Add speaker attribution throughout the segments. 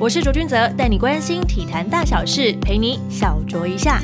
Speaker 1: 我是卓君泽，带你关心体坛大小事，陪你小酌一下。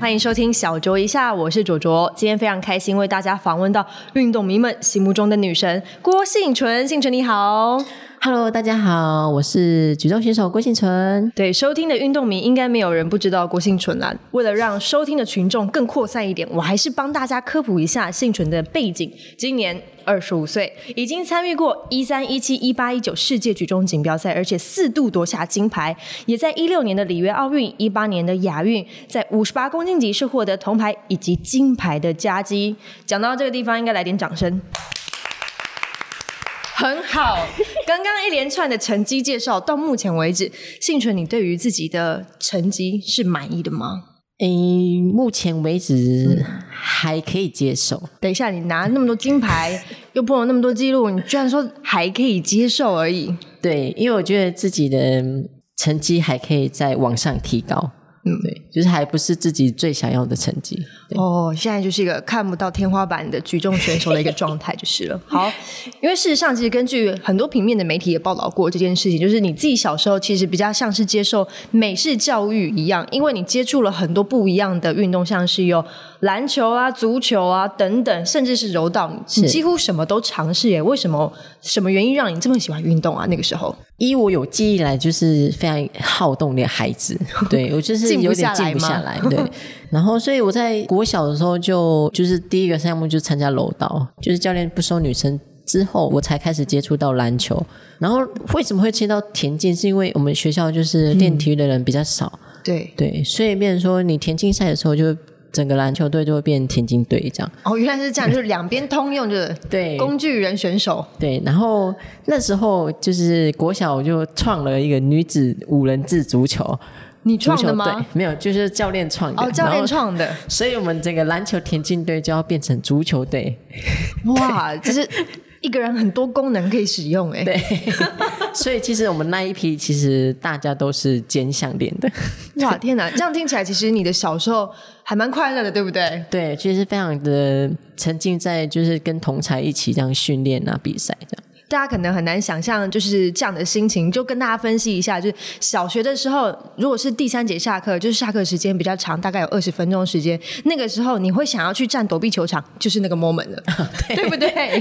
Speaker 1: 欢迎收听小酌一下，我是卓卓。今天非常开心，为大家访问到运动迷们心目中的女神郭幸纯。幸纯你好，
Speaker 2: Hello，大家好，我是举重选手郭信存。
Speaker 1: 对收听的运动迷，应该没有人不知道郭幸纯啦。为了让收听的群众更扩散一点，我还是帮大家科普一下幸纯的背景。今年二十五岁，已经参与过一三、一七、一八、一九世界举重锦标赛，而且四度夺下金牌，也在一六年的里约奥运、一八年的亚运，在五十八公斤级是获得铜牌以及金牌的佳绩。讲到这个地方，应该来点掌声。很好，刚刚一连串的成绩介绍到目前为止，幸存你对于自己的成绩是满意的吗？
Speaker 2: 诶、目前为止还可以接受，
Speaker 1: 等一下，你拿那么多金牌，又破了那么多记录，你居然说还可以接受而已。
Speaker 2: 对，因为我觉得自己的嗯成绩还可以再往上提高。
Speaker 1: 嗯
Speaker 2: 对，就是还不是自己最想要的成绩。对，
Speaker 1: 哦，现在就是一个看不到天花板的举重选手的一个状态就是了。好，因为事实上，其实根据很多平面的媒体也报道过这件事情，就是你自己小时候其实比较像是接受美式教育一样，因为你接触了很多不一样的运动，像是有篮球啊、足球啊等等，甚至是柔道，你
Speaker 2: 是
Speaker 1: 几乎什么都尝试耶。为什么？什么原因让你这么喜欢运动啊？那个时候
Speaker 2: 依我有记忆以来，就是非常好动的孩子，对我就是
Speaker 1: 静不
Speaker 2: 有
Speaker 1: 下
Speaker 2: 点
Speaker 1: 来
Speaker 2: 静不下
Speaker 1: 吗
Speaker 2: 来。对，然后所以我在国小的时候就就是第一个项目就参加柔道，就是教练不收女生。之后我才开始接触到篮球，然后为什么会切到田径？是因为我们学校就是
Speaker 1: 嗯
Speaker 2: 练体育的人比较少，
Speaker 1: 对。
Speaker 2: 对，所以变成说你田径赛的时候，就整个篮球队就会变田径队这样。
Speaker 1: 哦，原来是这样，就是两边通用，就是
Speaker 2: 对
Speaker 1: 工具人选手。
Speaker 2: 对，然后那时候就是国小我就创了一个女子五人制足球，
Speaker 1: 你
Speaker 2: 足
Speaker 1: 创
Speaker 2: 球
Speaker 1: 的
Speaker 2: 队
Speaker 1: 吗？
Speaker 2: 没有，就是教练创的。
Speaker 1: 哦，教
Speaker 2: 然
Speaker 1: 练
Speaker 2: 后。
Speaker 1: 创的。
Speaker 2: 所以我们整个篮球田径队就要变成足球 队，
Speaker 1: 哇，就是一个人很多功能可以使用哎、
Speaker 2: 对。所以其实我们那一批其实大家都是兼项练的，
Speaker 1: 哇，天哪！这样听起来，其实你的小时候还蛮快乐的，对不对？
Speaker 2: 对，其实非常的沉浸在就是跟同才一起这样训练啊比赛这样。
Speaker 1: 大家可能很难想象，就是这样的心情。就跟大家分析一下，就是小学的时候，如果是第三节下课，就是下课时间比较长，大概有二十分钟的时间，那个时候你会想要去站躲避球场，就是那个 moment 了，对不对？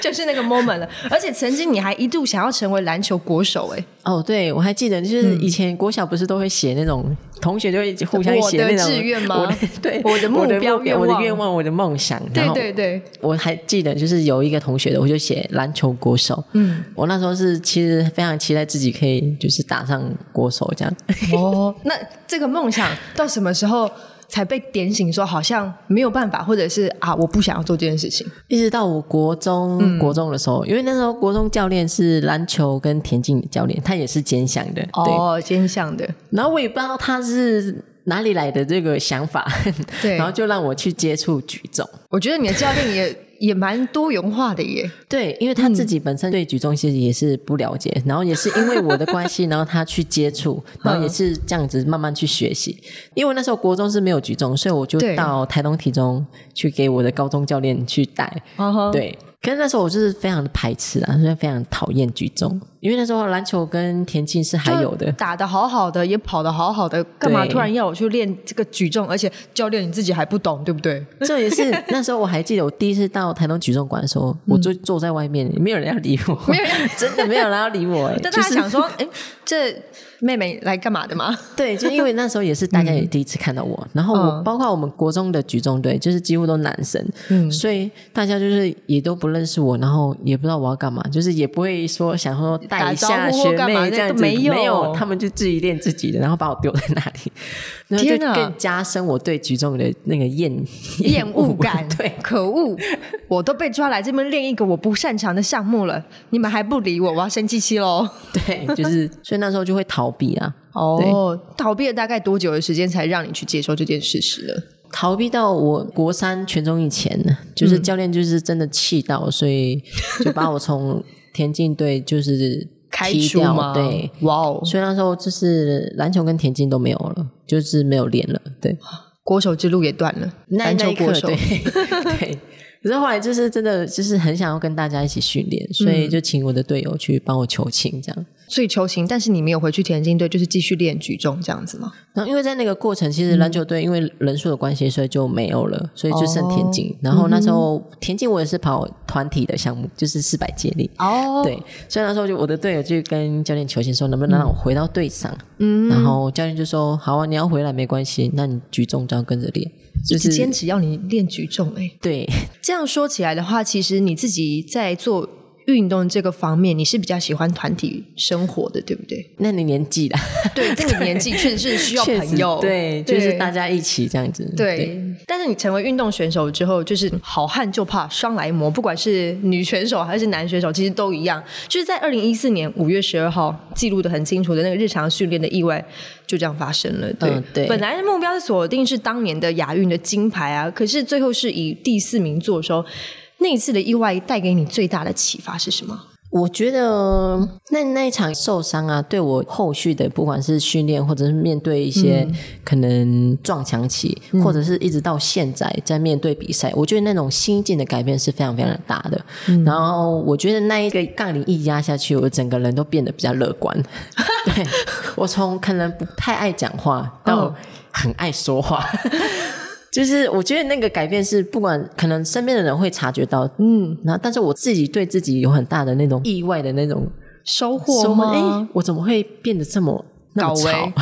Speaker 1: 就是那个 moment 了。而且曾经你还一度想要成为篮球国手、哎，
Speaker 2: 哦，对，我还记得，就是以前国小不是都会写那种、同学就会互相
Speaker 1: 我
Speaker 2: 写
Speaker 1: 的
Speaker 2: 那种
Speaker 1: 志愿吗
Speaker 2: 我的对，
Speaker 1: 我的目
Speaker 2: 我的
Speaker 1: 标愿
Speaker 2: 我的
Speaker 1: 望
Speaker 2: 愿望，我的梦想。然
Speaker 1: 对
Speaker 2: 后
Speaker 1: 对对，
Speaker 2: 我还记得，就是有一个同学的，我就写篮球国手。嗯，我那时候是其实非常期待自己可以就是打上国手这样。
Speaker 1: 哦，那这个梦想到什么时候才被点醒？说好像没有办法，或者是啊，我不想要做这件事情。
Speaker 2: 一直到我国中、
Speaker 1: 嗯
Speaker 2: 国中的时候，因为那时候国中教练是篮球跟田径的教练，他也是兼项的。对，
Speaker 1: 哦，兼项的，
Speaker 2: 然后我也不知道他是哪里来的这个想法，
Speaker 1: 对
Speaker 2: 然后就让我去接触举重。
Speaker 1: 我觉得你的教练也也蛮多元化的耶。
Speaker 2: 对，因为
Speaker 1: 嗯
Speaker 2: 他自己本身对举重其实也是不了解，然后也是因为我的关 系，然后他去接触，然后
Speaker 1: 嗯
Speaker 2: 也是这样子慢慢去学习。因为那时候国中是没有举重，所以我就
Speaker 1: 对
Speaker 2: 到台东体中去给我的高中教练去带。
Speaker 1: 对，
Speaker 2: 对，可是那时候我就是非常的排斥啊，所以非常讨厌举重，因为那时候篮球跟田径是还 有的。
Speaker 1: 打的好好的，也跑的好好的，干嘛
Speaker 2: 对
Speaker 1: 突然要我去练这个举重？而且教练你自己还不懂，对不对？
Speaker 2: 这也是那时候我还记得，我第一次到台东举重馆的时候，我就坐在外面，没有人要理我，
Speaker 1: 嗯没有人
Speaker 2: 真的没有人要理 我、欸。
Speaker 1: 但
Speaker 2: 就
Speaker 1: 大家
Speaker 2: 是
Speaker 1: 想说，哎、这妹妹来干嘛的 嘛？
Speaker 2: 对，就因为那时候也是大家也第一次看到我，然后我
Speaker 1: 嗯
Speaker 2: 包括我们国中的举重队，就是几乎都男生，所以大家就是也都不认识我，然后也不知道我要干嘛，就是也不会说想说带
Speaker 1: 打
Speaker 2: 一下
Speaker 1: 招呼或
Speaker 2: 学
Speaker 1: 干嘛
Speaker 2: 妹这样
Speaker 1: 那都
Speaker 2: 子，
Speaker 1: 没有
Speaker 2: 他们就自己练自己的，然后把我丢在那 里，然后
Speaker 1: 天
Speaker 2: 就
Speaker 1: 哪
Speaker 2: 更加深我对举重的那个厌，
Speaker 1: 厌恶感
Speaker 2: 对，
Speaker 1: 可恶！我都被抓来这边练一个我不擅长的项目了，你们还不理我，我要生气气喽！
Speaker 2: 对，就是所以那时候就会逃避啊，
Speaker 1: 哦，逃避了大概多久的时间才让你去接受这件事实呢？
Speaker 2: 逃避到我国三全中以前呢，就是教练就是真的气到，所以就把我从田径队就是
Speaker 1: 开
Speaker 2: 踢
Speaker 1: 除
Speaker 2: 掉
Speaker 1: 吗？
Speaker 2: 对，，
Speaker 1: 哇哦，
Speaker 2: 所以那时候就是篮球跟田径都没有了，就是没有练了。对，
Speaker 1: 国手之路也断了，
Speaker 2: 那
Speaker 1: 篮球
Speaker 2: 那一刻
Speaker 1: 国手
Speaker 2: 对 对。可是后来就是真的就是很想要跟大家一起训练，所以就请我的队友去帮我求情这样。
Speaker 1: 所以求情，但是你没有回去田径队，就是继续练举重这样子吗？
Speaker 2: 然后因为在那个过程，其实篮
Speaker 1: 嗯
Speaker 2: 球队因为人数的关系，所以就没有了，所以就剩田
Speaker 1: 哦
Speaker 2: 径。然后那
Speaker 1: 嗯
Speaker 2: 时候田径我也是跑团体的项目，就是四百接力。
Speaker 1: 哦，
Speaker 2: 对，所以那时候就我的队友就跟教练求情说，能不能让我回到队上？嗯，然后教练就说，好啊，你要回来没关系，那你举重就要跟着练，就
Speaker 1: 一直坚
Speaker 2: 是
Speaker 1: 持要你练举重、欸，
Speaker 2: 对，
Speaker 1: 这样说起来的话，其实你自己在做运动这个方面，你是比较喜欢团体生活的，对不 对？
Speaker 2: 那你年纪啦，
Speaker 1: 对，这个年纪确实是需要
Speaker 2: 确
Speaker 1: 朋
Speaker 2: 实
Speaker 1: 友，
Speaker 2: 对，就是大家一起这样子，
Speaker 1: 嗯对。但是你成为运动选手之后，就是好汉就怕伤来磨，不管是女选手还是男选手，其实都一样。就是在二零一四年五月十二号记录的很清楚的那个日常训练的意外，就这样发生了。对，
Speaker 2: 嗯对
Speaker 1: 本来的目标是锁定是当年的亚运的金牌啊，可是最后是以第四名坐收。那一次的意外带给你最大的启发是什么？
Speaker 2: 我觉得那那一场受伤啊，对我后续的不管是训练，或者是面对一些可能撞墙期，或者是一直到现在在面对比赛，我觉得那种心境的改变是非常非常大的。然后我觉得那一个杠铃一压下去，我整个人都变得比较乐观。对我从可能不太爱讲话到
Speaker 1: 嗯
Speaker 2: 很爱说话。 就是我觉得那个改变是，不管可能身边的人会察觉到，嗯，然后但是我自己对自己有很大的那种意外的那种
Speaker 1: 收获
Speaker 2: 收获哎
Speaker 1: 吗？
Speaker 2: 诶我怎么会变得这么那 么
Speaker 1: 搞
Speaker 2: 吵
Speaker 1: 喂？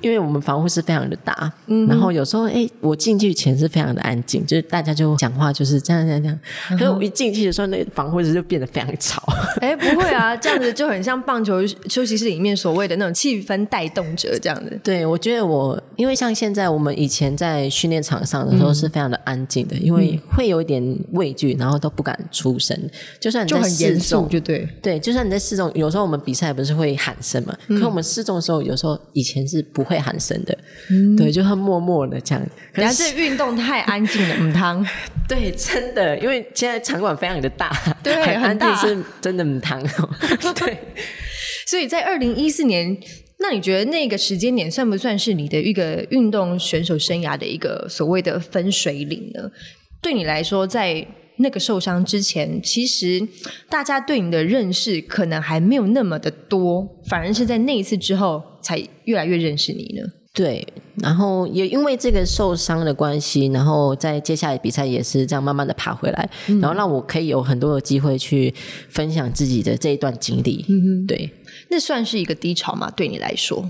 Speaker 2: 因为我们防护是非常的大，
Speaker 1: 嗯
Speaker 2: 然后有时候哎、诶我进去前是非常的安静，就是大家就讲话就是这样这样这样，
Speaker 1: 嗯
Speaker 2: 可是我一进去的时候，那个防护室就变得非常吵。
Speaker 1: 哎、不会啊，这样子就很像棒球休息室里面所谓的那种气氛带动者这样子。
Speaker 2: 对，我觉得我因为像现在我们以前在训练场上的时候是非常的安静
Speaker 1: 嗯
Speaker 2: 的，因为会有一点畏惧，然后都不敢出声。就算你
Speaker 1: 就
Speaker 2: 在
Speaker 1: 很严
Speaker 2: 试
Speaker 1: 肃，
Speaker 2: 重，
Speaker 1: 就对。
Speaker 2: 对，就算你在试重，有时候我们比赛不是会喊声嘛？
Speaker 1: 嗯
Speaker 2: 可我们试重的时候，有时候以前是不会喊声的，
Speaker 1: 嗯
Speaker 2: 对，就很默默的这样。可
Speaker 1: 然后
Speaker 2: 是
Speaker 1: 这运动太安静了，嗯， 汤。
Speaker 2: 对，真的，因为现在场馆非常的大，
Speaker 1: 对
Speaker 2: 很
Speaker 1: 很
Speaker 2: 安
Speaker 1: 大
Speaker 2: 静是真的很 烫哦。对。
Speaker 1: 所以在二零一四年，那你觉得那个时间点算不算是你的一个运动选手生涯的一个所谓的分水岭呢？对你来说，在那个受伤之前，其实大家对你的认识可能还没有那么的多，反而是在那一次之后，才越来越认识你呢。
Speaker 2: 对，然后也因为这个受伤的关系，然后在接下来比赛也是这样慢慢的爬回来，
Speaker 1: 嗯
Speaker 2: 然后让我可以有很多的机会去分享自己的这一段经历。
Speaker 1: 嗯
Speaker 2: 对
Speaker 1: 那算是一个低潮吗？对你来说，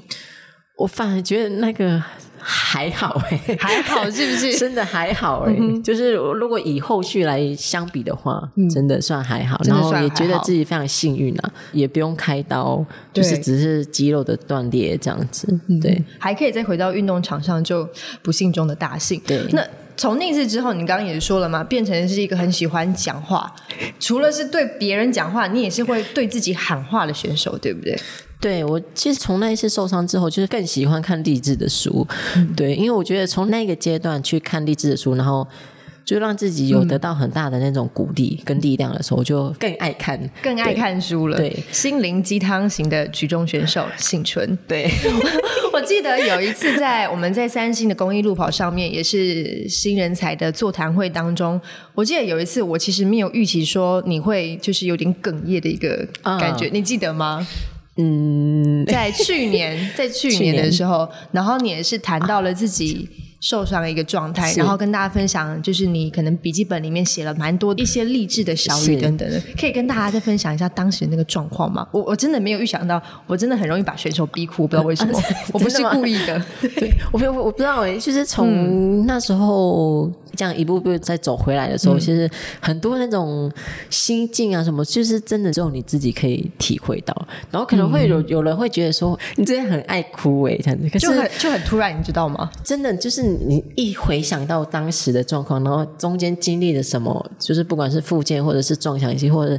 Speaker 2: 我反而觉得那个还好哎、
Speaker 1: 还好是不是？ 嗯
Speaker 2: 真的还好哎、就是如果以后续来相比的话，真的算还好。
Speaker 1: 真的
Speaker 2: 然后
Speaker 1: 算
Speaker 2: 也
Speaker 1: 还
Speaker 2: 觉得
Speaker 1: 好
Speaker 2: 自己非常幸运啊，也不用开刀，
Speaker 1: 对
Speaker 2: 就
Speaker 1: 嗯
Speaker 2: 是只是肌肉的断裂这样子。对，
Speaker 1: 还可以再回到运动场上，就不幸中的大幸。
Speaker 2: 对
Speaker 1: 那从那次之后，你刚刚也说了嘛，变成是一个很喜欢讲话，除了是对别人讲话，你也是会对自己喊话的选手，对不对？
Speaker 2: 对我其实从那一次受伤之后，就是更喜欢看励志的书，
Speaker 1: 嗯
Speaker 2: 对，因为我觉得从那个阶段去看励志的书，然后就让自己
Speaker 1: 嗯
Speaker 2: 有得到很大的那种鼓励跟力量的时候，我就更爱看，
Speaker 1: 更爱看书了，
Speaker 2: 对
Speaker 1: 心灵鸡汤型的举重选手幸存。
Speaker 2: 对，
Speaker 1: 我记得有一次在我们在三星的公益路跑上面，也是新人才的座谈会当中，我记得有一次我其实没有预期说你会就是有点哽咽的一个感觉，你记得吗？嗯，在去年，在去年的时候，然后你也是谈到了自己。受伤的一个状态，
Speaker 2: 是
Speaker 1: 然后跟大家分享，就是你可能笔记本里面写了蛮多一些励志的小语
Speaker 2: 是
Speaker 1: 等等的，可以跟大家再分享一下当时那个状况吗？我我真的没有预想到，我真的很容易把选手逼哭，不知道为 什么，我不是故意 的。
Speaker 2: 对我没有我不知道哎、就是
Speaker 1: 嗯
Speaker 2: 从那时候这样一步步再走回来的时
Speaker 1: 嗯
Speaker 2: 候，其实很多那种心境啊什么，就是真的只有你自己可以体会到，然后可能会有、有人会觉得说你真的很爱哭哎、这样子，可
Speaker 1: 嗯
Speaker 2: 是
Speaker 1: 就很就很突然，你知道吗？
Speaker 2: 真的就是你一回想到当时的状况，然后中间经历了什么，就是不管是复健或者是撞墙期，或者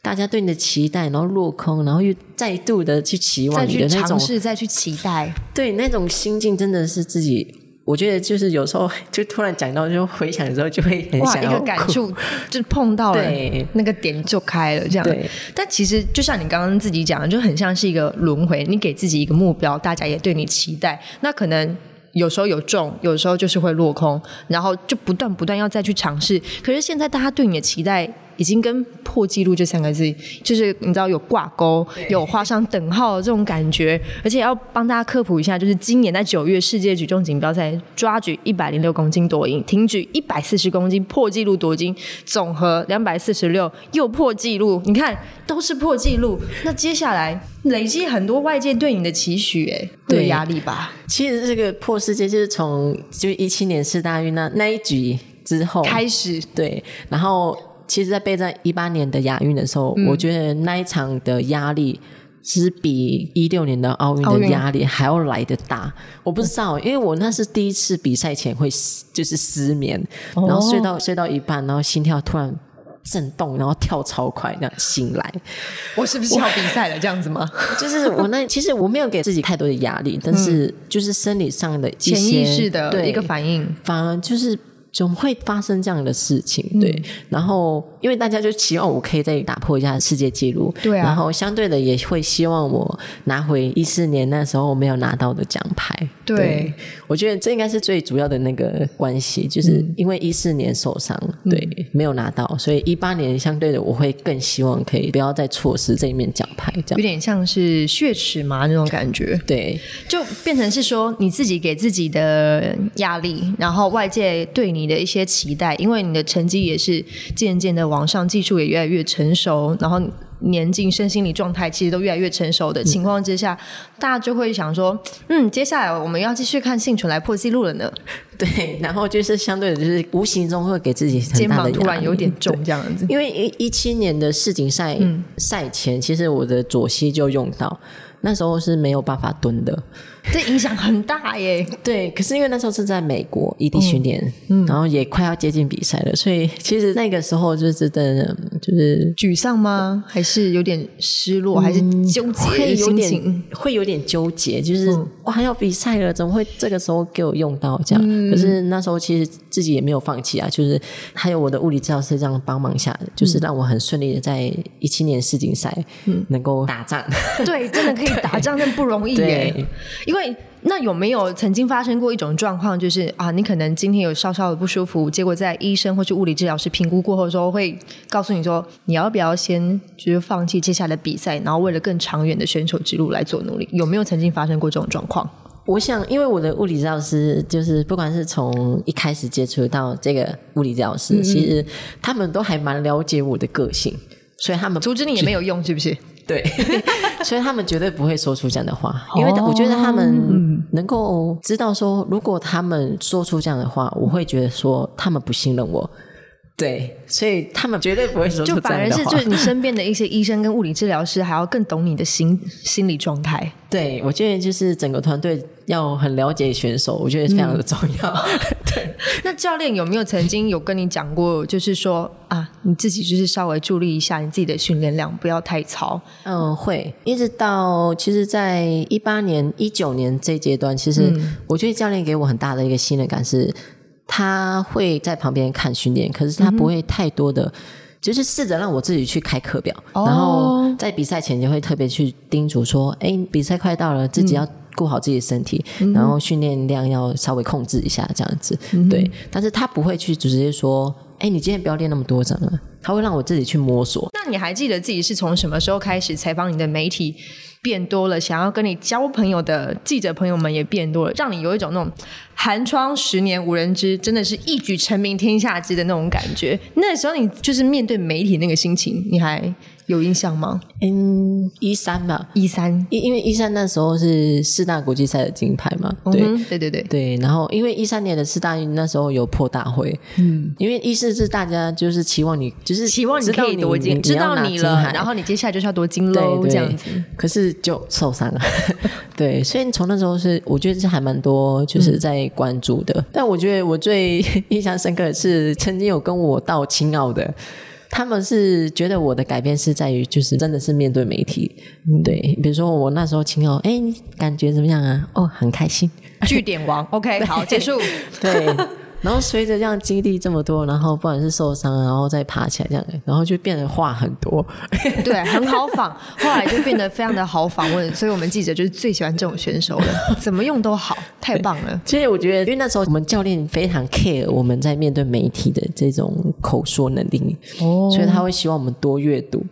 Speaker 2: 大家对你的期待，然后落空，然后又再度的去期
Speaker 1: 再
Speaker 2: 望你
Speaker 1: 去
Speaker 2: 的那
Speaker 1: 尝
Speaker 2: 种，
Speaker 1: 试，再去期待，
Speaker 2: 对那种心境，真的是自己。我觉得就是有时候 就突然讲到，就回想的时候就会很
Speaker 1: 哇，
Speaker 2: 想
Speaker 1: 一
Speaker 2: 要
Speaker 1: 个
Speaker 2: 哭
Speaker 1: 感触就碰到了
Speaker 2: 对
Speaker 1: 那个点就开了，这样
Speaker 2: 对。
Speaker 1: 但其实就像你刚刚自己讲的，就很像是一个轮回，你给自己一个目标，大家也对你期待，那可能。有时候有中，有时候就是会落空，然后就不断不断要再去尝试。可是现在大家对你的期待已经跟破纪录这三个字，就是你知道有挂钩，有画上等号的这种感觉。而且要帮大家科普一下，就是今年在九月世界举重锦标赛抓举一百零六公斤夺银，挺举一百四十公斤破纪录夺金，总和两百四十六又破纪录。你看都是破纪录，那接下来累积很多外界对你的期许、哎，会有
Speaker 2: 对
Speaker 1: 压力吧？
Speaker 2: 其实这个破世界就是从就一七年世大运那那一局之后
Speaker 1: 开始
Speaker 2: 对，然后其实，在备战一八年的亚运的时候，
Speaker 1: 嗯
Speaker 2: 我觉得那一场的压力是比一六年的奥运
Speaker 1: 奥
Speaker 2: 的
Speaker 1: 运
Speaker 2: 压力还要来得大。我不知道，因为我那是第一次比赛前会失就是失眠，然后
Speaker 1: 哦
Speaker 2: 睡到睡到一半，然后心跳突然。震动，然后跳超快，这样醒来，
Speaker 1: 我是不是要比赛了？这样子吗？
Speaker 2: 就是我那其实我没有给自己太多的压力，但是就是生理上 的一些
Speaker 1: 嗯潜意识的
Speaker 2: 对
Speaker 1: 一个反应，
Speaker 2: 反而就是总会发生这样的事情，
Speaker 1: 嗯
Speaker 2: 对。然后因为大家就期望我可以再打破一下世界纪录，
Speaker 1: 对啊
Speaker 2: 然后相对的也会希望我拿回一四年那时候我没有拿到的奖牌，
Speaker 1: 对
Speaker 2: 我觉得这应该是最主要的那个关系，就是
Speaker 1: 嗯
Speaker 2: 因为一四年受伤，对，没有拿到，所以一八年相对的我会更希望可以不要再错失这一面奖牌，这
Speaker 1: 有
Speaker 2: 样。
Speaker 1: 点像是血池嘛那种感觉，
Speaker 2: 对，
Speaker 1: 就变成是说你自己给自己的压力，然后外界对你的一些期待，因为你的成绩也是渐渐的往上，技术也越来越成熟，然后年纪、身心理状态其实都越来越成熟
Speaker 2: 嗯
Speaker 1: 的情况之下，大家就会想说，嗯，接下来我们要继续看幸存来破纪录了呢，
Speaker 2: 对，然后就是相对的，就是无形中会给自己很
Speaker 1: 肩
Speaker 2: 大的
Speaker 1: 膀突
Speaker 2: 压
Speaker 1: 然
Speaker 2: 力
Speaker 1: 有点重这样 子，
Speaker 2: 因为一一七年的世锦赛赛前，其实我的左膝就用到，那时候是没有办法蹲的。
Speaker 1: 这影响很大耶。
Speaker 2: 对，可是因为那时候是在美国异地训练，然后也快要接近比赛了，所以嗯 其实那个时候就是真的就是
Speaker 1: 沮丧吗？还是有点失落，还是纠结
Speaker 2: 会
Speaker 1: 的
Speaker 2: 嗯有
Speaker 1: 心
Speaker 2: 点
Speaker 1: 情？
Speaker 2: 会有点纠结，就是、哇要比赛了，怎么会这个时候给我用到这样？可是那时候其实自己也没有放弃啊，就是还有我的物理治疗师这样帮忙下，就是让我很顺利的在一七年世锦赛能够打仗。
Speaker 1: 对，真的可以打仗，真的不容易耶
Speaker 2: 对。
Speaker 1: 因为那有没有曾经发生过一种状况，就是啊，你可能今天有稍稍的不舒服，结果在医生或是物理治疗师评估过后的时候，会告诉你说你要不要先就是放弃接下来的比赛，然后为了更长远的选手之路来做努力？有没有曾经发生过这种状况？
Speaker 2: 我想，因为我的物理治疗师就是不管是从一开始接触到这个物理治疗
Speaker 1: 嗯
Speaker 2: 师，其实他们都还蛮了解我的个性，所以他们
Speaker 1: 阻止你也没有用，是不是？
Speaker 2: 对，所以他们绝对不会说出这样的话，
Speaker 1: 哦
Speaker 2: 因为我觉得他们能够知道说，如果他们说出这样的话，我会觉得说他们不信任我。对，所以他们绝对不会说
Speaker 1: 就
Speaker 2: 出这
Speaker 1: 反
Speaker 2: 样
Speaker 1: 而
Speaker 2: 的
Speaker 1: 是
Speaker 2: 话。
Speaker 1: 就是你身边的一些医生跟物理治疗师还要更懂你的心心理状态。
Speaker 2: 对，我觉得就是整个团队要很了解选手，我觉得非
Speaker 1: 嗯
Speaker 2: 常的重要。对，
Speaker 1: 那教练有没有曾经有跟你讲过，就是说啊，你自己就是稍微注意一下你自己的训练量，不要太操。
Speaker 2: 嗯，会一直到其实，在一八年、一九年这阶段，其实我觉得教练给我很大的一个信任感是，他会在旁边看训练，可是他不会太多的，就是试着让我自己去开课表，
Speaker 1: 哦
Speaker 2: 然后在比赛前就会特别去叮嘱说，哎，比赛快到了，自己要。顾好自己的身体，然后训练量要稍微控制一下，这样子、对。但是他不会去直接说：“哎、你今天不要练那么多，怎么了？”他会让我自己去摸索。
Speaker 1: 那你还记得自己是从什么时候开始采访你的媒体变多了，想要跟你交朋友的记者朋友们也变多了，让你有一种那种寒窗十年无人知，真的是一举成名天下知的那种感觉？那时候你就是面对媒体那个心情，你还有印象吗？
Speaker 2: 嗯，一三吧，
Speaker 1: 一三，
Speaker 2: 因因为一三那时候是四大国际赛的金牌嘛，对、
Speaker 1: 嗯哼对对对，
Speaker 2: 对，然后因为一三年的四大运那时候有破大会，嗯，因为一四是大家就是期望你就是
Speaker 1: 希望你可以夺金，知
Speaker 2: 知道
Speaker 1: 道
Speaker 2: 你
Speaker 1: 你了，然
Speaker 2: 后。
Speaker 1: 后你接下来就是要夺金
Speaker 2: 对
Speaker 1: 喽，
Speaker 2: 对，
Speaker 1: 这样子。
Speaker 2: 可是就受伤了， 对，所以从那时候是，我觉得是还蛮多，
Speaker 1: 嗯
Speaker 2: 就是在关注的。但我觉得我最印象深刻的是，曾经有跟我到青奥的，他们是觉得我的改变是在于，就是真的是面对媒体，
Speaker 1: 嗯
Speaker 2: 对，比如说我那时候青奥，哎， 你感觉怎么样啊？哦，很开心，
Speaker 1: 据点王，OK，好，结束。
Speaker 2: 对。然后随着这样经历这么多，然后不管是受伤，啊然后再爬起来这样，然后就变得话很多。
Speaker 1: 对，很好仿，后来就变得非常的好访问，所以我们记者就是最喜欢这种选手 了，怎么用都好，太棒了。
Speaker 2: 其实我觉得，因为那时候我们教练非常 care 我们在面对媒体的这种口说能力，
Speaker 1: 哦
Speaker 2: 所以他会希望我们多阅读。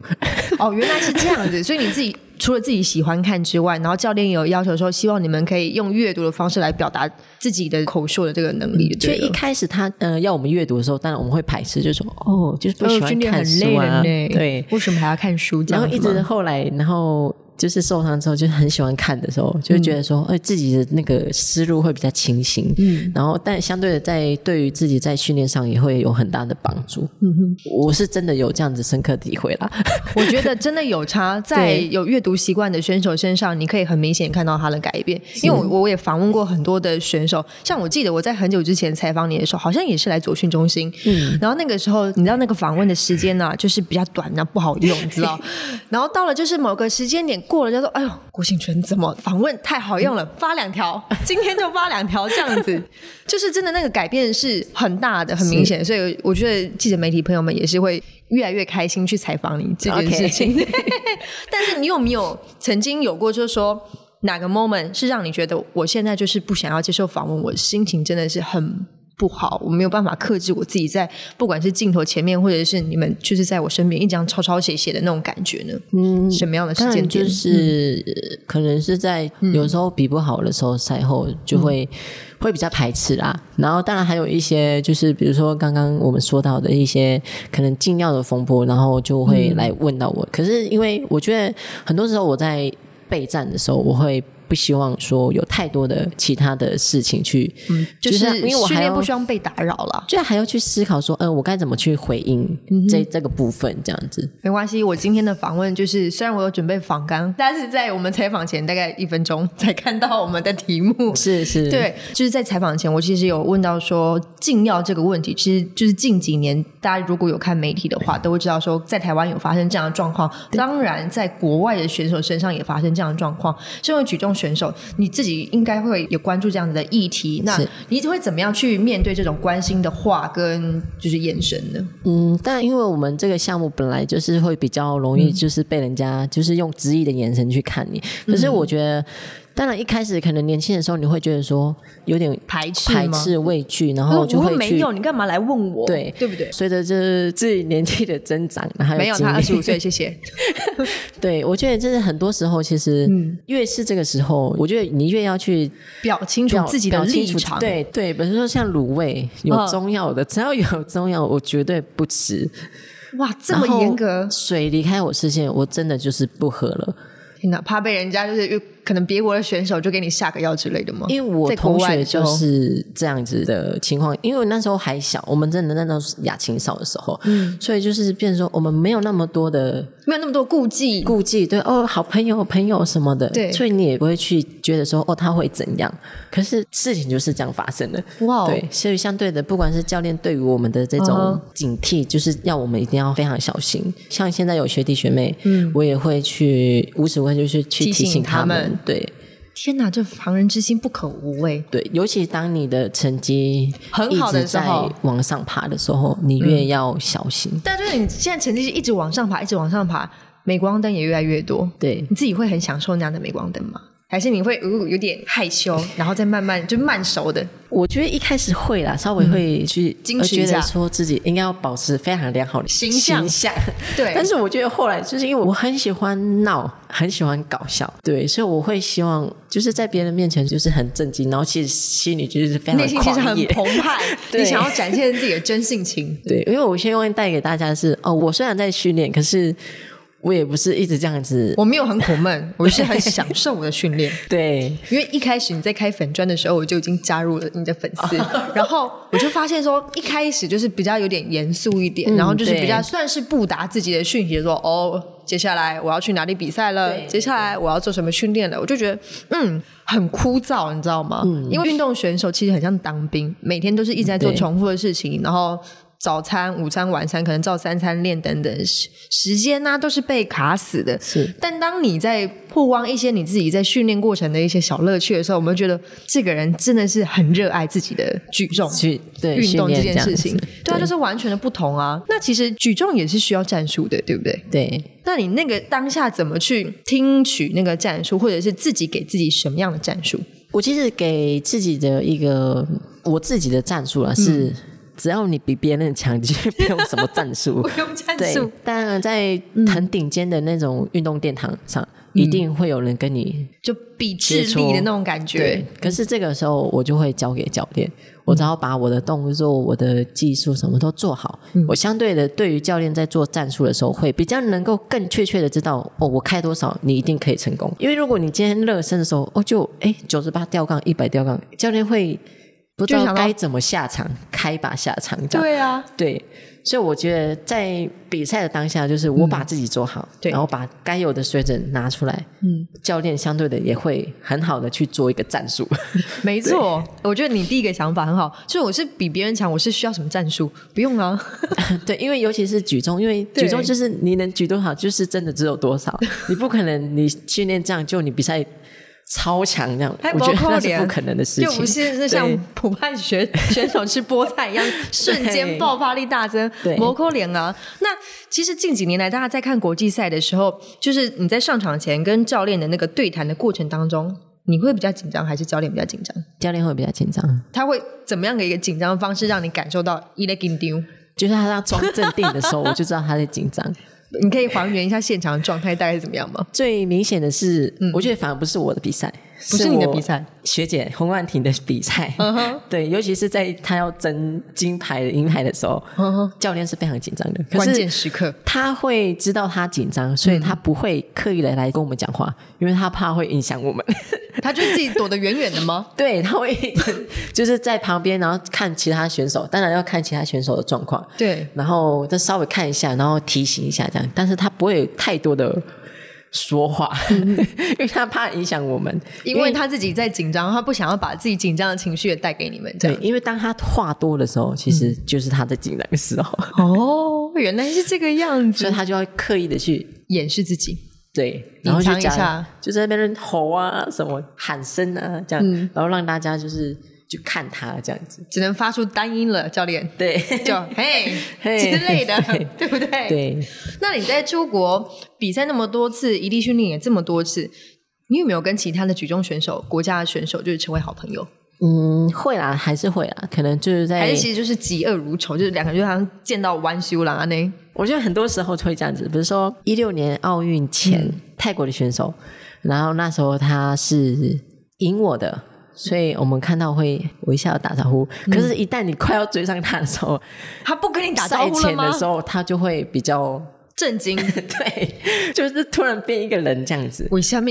Speaker 1: 哦，原来是这样子，所以你自己除了自己喜欢看之外，然后教练也有要求说，希望你们可以用阅读的方式来表达自己的口述的这个能力，
Speaker 2: 所
Speaker 1: 对
Speaker 2: 以一
Speaker 1: 了。
Speaker 2: 开始他呃要我们阅读的时候，当然我们会排斥，就说哦，就是不喜
Speaker 1: 哦
Speaker 2: 欢
Speaker 1: 训练
Speaker 2: 看
Speaker 1: 很累
Speaker 2: 书啊，
Speaker 1: 很累，
Speaker 2: 对。
Speaker 1: 为什么还要看书这
Speaker 2: 然
Speaker 1: 样
Speaker 2: 后
Speaker 1: 子吗？
Speaker 2: 一直后来，然后就是受伤之后，就很喜欢看的时候，就会觉得说，
Speaker 1: 嗯
Speaker 2: 哎、自己的那个思路会比较清醒。嗯，然后但相对的在，对于自己在训练上也会有很大的帮助。嗯哼，我是真的有这样子深刻体会啦。
Speaker 1: 我觉得真的有 差，在有阅读习惯的选手身上，你可以很明显看到他的改变。因为我我也访问过很多的选手，像我记得我在很久之前采访你的时候，好像也是来左训中心，嗯，然后那个时候你知道那个访问的时间呢、就是比较短，然后不好用，你知道。 然后到了就是某个时间点过了，就说哎呦，郭幸存怎么访问太好用了，发两条，今天就发两条这样 子，就是真的那个改变是很大的，很明显。所以我觉得记者媒体朋友们也是会越来越开心去采访你这件事情。 但是你有没有曾经有过，就是说哪个 moment 是让你觉得我现在就是不想要接受访问，我心情真的是很不好，我没有办法克制我自己在不管是镜头前面，或者是你们就是在我身边一张抄抄写写的那种感觉呢？嗯，什么样的时
Speaker 2: 当
Speaker 1: 间
Speaker 2: 然
Speaker 1: 点？嗯
Speaker 2: 就是、呃可能是在有时候比不好的时候，赛后就会、
Speaker 1: 嗯
Speaker 2: 会比较排斥啦。然后当然还有一些就是比如说刚刚我们说到的一些可能禁药的风波，然后就
Speaker 1: 嗯
Speaker 2: 会来问到我。可是因为我觉得很多时候我在备战的时候，我会。不希望说有太多的其他的事情去，
Speaker 1: 嗯就
Speaker 2: 就是
Speaker 1: 是
Speaker 2: 因为我
Speaker 1: 训
Speaker 2: 还
Speaker 1: 练
Speaker 2: 要
Speaker 1: 不希望被打扰了。
Speaker 2: 就还要去思考说，呃，我该怎么去回应
Speaker 1: 嗯
Speaker 2: 这、这个部分这样子。
Speaker 1: 没关系，我今天的访问就是，虽然我有准备访纲，但是在我们采访前大概一分钟才看到我们的题目。
Speaker 2: 是是，
Speaker 1: 对，就是在采访前，我其实有问到说禁药这个问题，其实就是近几年大家如果有看媒体的话，都会知道说在台湾有发生这样的状况。当然，在国外的选手身上也发生这样的状况。身为举重选手，你自己应该会有关注这样子的议题，那
Speaker 2: 是
Speaker 1: 你会怎么样去面对这种关心的话跟就是眼神呢？
Speaker 2: 嗯，但因为我们这个项目本来就是会比较容
Speaker 1: 嗯
Speaker 2: 易，就是被人家就是用质疑的眼神去看你。可是我觉得，当然一开始可能年轻的时候，你会觉得说有点
Speaker 1: 排斥
Speaker 2: 排
Speaker 1: 吗
Speaker 2: 斥、畏惧，然后就
Speaker 1: 我
Speaker 2: 会
Speaker 1: 又
Speaker 2: 去
Speaker 1: 没有，你干嘛来问我？
Speaker 2: 对
Speaker 1: 对不对？
Speaker 2: 随着这自己年纪的增长，然后还
Speaker 1: 没有，
Speaker 2: 经
Speaker 1: 他
Speaker 2: 历
Speaker 1: 二 十五岁，谢谢。
Speaker 2: 对我觉得这是很多时候，其实
Speaker 1: 嗯
Speaker 2: 越是这个时候，我觉得你越要去
Speaker 1: 表清楚
Speaker 2: 表
Speaker 1: 自己的
Speaker 2: 表
Speaker 1: 立
Speaker 2: 清楚
Speaker 1: 场，
Speaker 2: 对对，比如说像卤味有
Speaker 1: 嗯
Speaker 2: 中药的，只要有中药，我绝对不吃。
Speaker 1: 哇，这么
Speaker 2: 然后
Speaker 1: 严格，
Speaker 2: 水离开我视线，我真的就是不喝了。
Speaker 1: 天哪，怕被人家就是可能别国的选手就给你下个药之类的吗？
Speaker 2: 因为我
Speaker 1: 在国
Speaker 2: 同
Speaker 1: 外
Speaker 2: 学
Speaker 1: 的时
Speaker 2: 就
Speaker 1: 候
Speaker 2: 是这样子的情况，因为那时候还小，我们真的那时候是亚青少的时候，嗯，所以就是变成说我们没有那么多的
Speaker 1: 没有那么多顾忌，
Speaker 2: 顾忌，对哦，好朋友朋友什么的，
Speaker 1: 对
Speaker 2: 所以你也不会去觉得说哦他会怎样，可是事情就是这样发生的，
Speaker 1: 哇哦
Speaker 2: 对，所以相对的，不管是教练对于我们的这
Speaker 1: 嗯
Speaker 2: 种警惕，就是要我们一定要非常小心。像现在有学弟学妹，嗯，我也会去无时无刻就是去
Speaker 1: 提
Speaker 2: 提
Speaker 1: 醒
Speaker 2: 醒
Speaker 1: 他
Speaker 2: 他
Speaker 1: 们
Speaker 2: 们对。
Speaker 1: 天哪，这防人之心不可无哎、
Speaker 2: 对，尤其当你的成绩
Speaker 1: 很好的
Speaker 2: 一直
Speaker 1: 时候嗯
Speaker 2: 在往上爬的时候，你越要小心。
Speaker 1: 但就是你现在成绩是一直往上爬，一直往上爬，镁光灯也越来越多，
Speaker 2: 对
Speaker 1: 你自己会很享受那样的镁光灯吗？还是你会有有点害羞， 然后再慢慢就慢熟的？
Speaker 2: 我觉得一开始会啦，稍微会去
Speaker 1: 嗯
Speaker 2: 呃
Speaker 1: 矜持一
Speaker 2: 觉
Speaker 1: 下
Speaker 2: 得说自己应该要保持非常良好的
Speaker 1: 形象
Speaker 2: 象
Speaker 1: 对
Speaker 2: 但是我觉得后来就是因为我很喜欢闹，很喜欢搞笑，对，所以我会希望就是在别人面前就是很震惊，然后其实心里就是非常
Speaker 1: 内心其实
Speaker 2: 狂
Speaker 1: 很
Speaker 2: 野
Speaker 1: 澎湃，
Speaker 2: 对
Speaker 1: 你想要展现自己的真性情。
Speaker 2: 对，因为我希望带给大家的是哦，我虽然在训练，可是我也不是一直这样子。
Speaker 1: 我没有很苦闷，我是很享受我的训练。
Speaker 2: 对，
Speaker 1: 因为一开始你在开粉砖的时候，我就已经加入了你的粉
Speaker 2: 哦
Speaker 1: 丝， 然后我就发现说，一开始就是比较有点严肃一点，
Speaker 2: 嗯
Speaker 1: 然后就是比较
Speaker 2: 对
Speaker 1: 算是不达自己的讯息，说哦，接下来我要去哪里比赛了，
Speaker 2: 对
Speaker 1: 接下来我要做什么训练了，我就觉得嗯很枯燥，你知道吗？因为运动选手其实很像当兵，每天都是一直在做
Speaker 2: 嗯对
Speaker 1: 重复的事情，然后。早餐、午餐、晚餐，可能照三餐练等等时时间呢、都是被卡死的。
Speaker 2: 是，
Speaker 1: 但当你在曝光一些你自己在训练过程的一些小乐趣的时候，我们觉得这个人真的是很热爱自己的举重。
Speaker 2: 去对
Speaker 1: 运动
Speaker 2: 训练
Speaker 1: 件
Speaker 2: 样
Speaker 1: 事情
Speaker 2: 子，
Speaker 1: 对啊，就是完全的不同啊。那其实举重也是需要战术的，对不对？
Speaker 2: 对。
Speaker 1: 那你那个当下怎么去听取那个战术，或者是自己给自己什么样的战术？
Speaker 2: 我其实给自己的一个我自己的战
Speaker 1: 嗯
Speaker 2: 术啊，是只要你比别人强，你就不用什么战术
Speaker 1: 不。用 战
Speaker 2: 对
Speaker 1: 术，，嗯
Speaker 2: 当然在很顶尖的那种运动殿堂上，一定会有人跟你
Speaker 1: 就比智力的那种感觉
Speaker 2: 对。。可是这个时候我就会交给教练，
Speaker 1: 嗯
Speaker 2: 我只要把我的动作、我的技术什么都做好，
Speaker 1: 嗯
Speaker 2: 我相对的对于教练在做战术的时候，会比较能够更确切的知道哦，我开多少，你一定可以成功。因为如果你今天热身的时候，哦，就哎九十八吊杠、一百吊杠，教练会不知
Speaker 1: 就
Speaker 2: 道
Speaker 1: 想到
Speaker 2: 该怎么下场，开把下场这样。
Speaker 1: 对啊，
Speaker 2: 对，所以我觉得在比赛的当下，就是我把自己做好，
Speaker 1: 嗯对
Speaker 2: 然后把该有的水准拿出来，嗯，教练相对的也会很好的去做一个 战术，
Speaker 1: 没错。我觉得你第一个想法很好，就是我是比别人强，我是需要什么战术？不用啊，
Speaker 2: 对，因为尤其是举重，因为
Speaker 1: 对
Speaker 2: 举重就是你能举多少，就是真的只有 多少，你不可能你训练这样就你比赛超强这样，
Speaker 1: 还
Speaker 2: 我觉得
Speaker 1: 不够
Speaker 2: 那是
Speaker 1: 脸
Speaker 2: 不可能的事
Speaker 1: 又
Speaker 2: 情
Speaker 1: 不，是那像普派选 选手吃菠菜一样，瞬间爆发力大增
Speaker 2: 对，
Speaker 1: 磨扣脸啊！那其实近几年来，大家在看国际赛的时候，就是你在上场前跟教练的那个对谈的过程当中，你会比较紧张，还是教练比较紧张？
Speaker 2: 教练会比较紧张，
Speaker 1: 他会怎么样的一个紧张方式让你感受到一类紧张？
Speaker 2: 就是他要装镇定的时候，我就知道他在 紧张。
Speaker 1: 你可以还原一下现场的状态大概是怎么样吗？
Speaker 2: 最明显的是，我觉得反而不是我的比赛，
Speaker 1: 嗯不是你的比
Speaker 2: 我
Speaker 1: 赛，
Speaker 2: 学姐洪万婷的比赛，
Speaker 1: 嗯哼
Speaker 2: 对，尤其是在她要争金牌、银牌的时候，
Speaker 1: 嗯哼
Speaker 2: 教练是非常紧张的。可
Speaker 1: 关键嗯
Speaker 2: 是
Speaker 1: 时刻，
Speaker 2: 他会知道他紧张，所以他不会刻意的来跟我们讲话，因为他怕会影响我们。
Speaker 1: 他就自己躲得远远的吗？
Speaker 2: 对，他会 一直就是在旁边，然后看其他选手，当然要看其他选手的状况，
Speaker 1: 对，
Speaker 2: 然后再稍微看一下，然后提醒一下这样，但是他不会有太多的说话， 因为他怕影响我们，
Speaker 1: 因为他自己在紧张，他不想要把自己紧张的情绪也带给你们，这
Speaker 2: 对
Speaker 1: 样，。
Speaker 2: 因为当他话多的时候，其实就是他在紧张的时候，
Speaker 1: 哦，原来是这个样
Speaker 2: 所
Speaker 1: 子，
Speaker 2: 以他就要刻意的去
Speaker 1: 掩饰自己。
Speaker 2: 对，然后就
Speaker 1: 隐藏一
Speaker 2: 讲
Speaker 1: 下，
Speaker 2: 就在那边吼啊，什么喊声啊，这样，然后让大家就是去看他这样子，
Speaker 1: 只能发出单音了，教练
Speaker 2: 对
Speaker 1: 就 嘿
Speaker 2: 嘿
Speaker 1: 之类的
Speaker 2: 对，
Speaker 1: 对不对？。
Speaker 2: 对，
Speaker 1: 那你在出国比赛那么多次，一地训练也这么多次，你有没有跟其他的举重选手、国家的选手就是成为好朋友？
Speaker 2: 嗯，会啦，还是会啦，可能就是
Speaker 1: 还
Speaker 2: 在
Speaker 1: 是，其实就是嫉恶如仇，就是两个人就好像见到弯修郎啊那
Speaker 2: 我觉得很多时候会这样子，比如说一六年奥运前、
Speaker 1: 嗯
Speaker 2: 泰国的选手，然后那时候他是赢我的。所以我们看到会微笑打招呼，可是，一旦你快要追上他的时候，
Speaker 1: 他不跟你嗯打招
Speaker 2: 赛
Speaker 1: 呼了
Speaker 2: 前
Speaker 1: 吗
Speaker 2: 的？时候，他就会比较
Speaker 1: 震惊！
Speaker 2: 对，就是突然变一个人这样子。
Speaker 1: 为什么